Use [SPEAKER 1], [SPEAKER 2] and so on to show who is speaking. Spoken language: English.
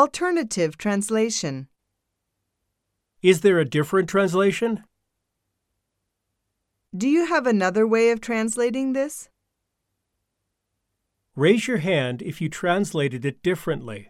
[SPEAKER 1] Alternative translation.
[SPEAKER 2] Is there a different translation?
[SPEAKER 1] Do you have another way of translating this?
[SPEAKER 2] Raise your hand if you translated it differently.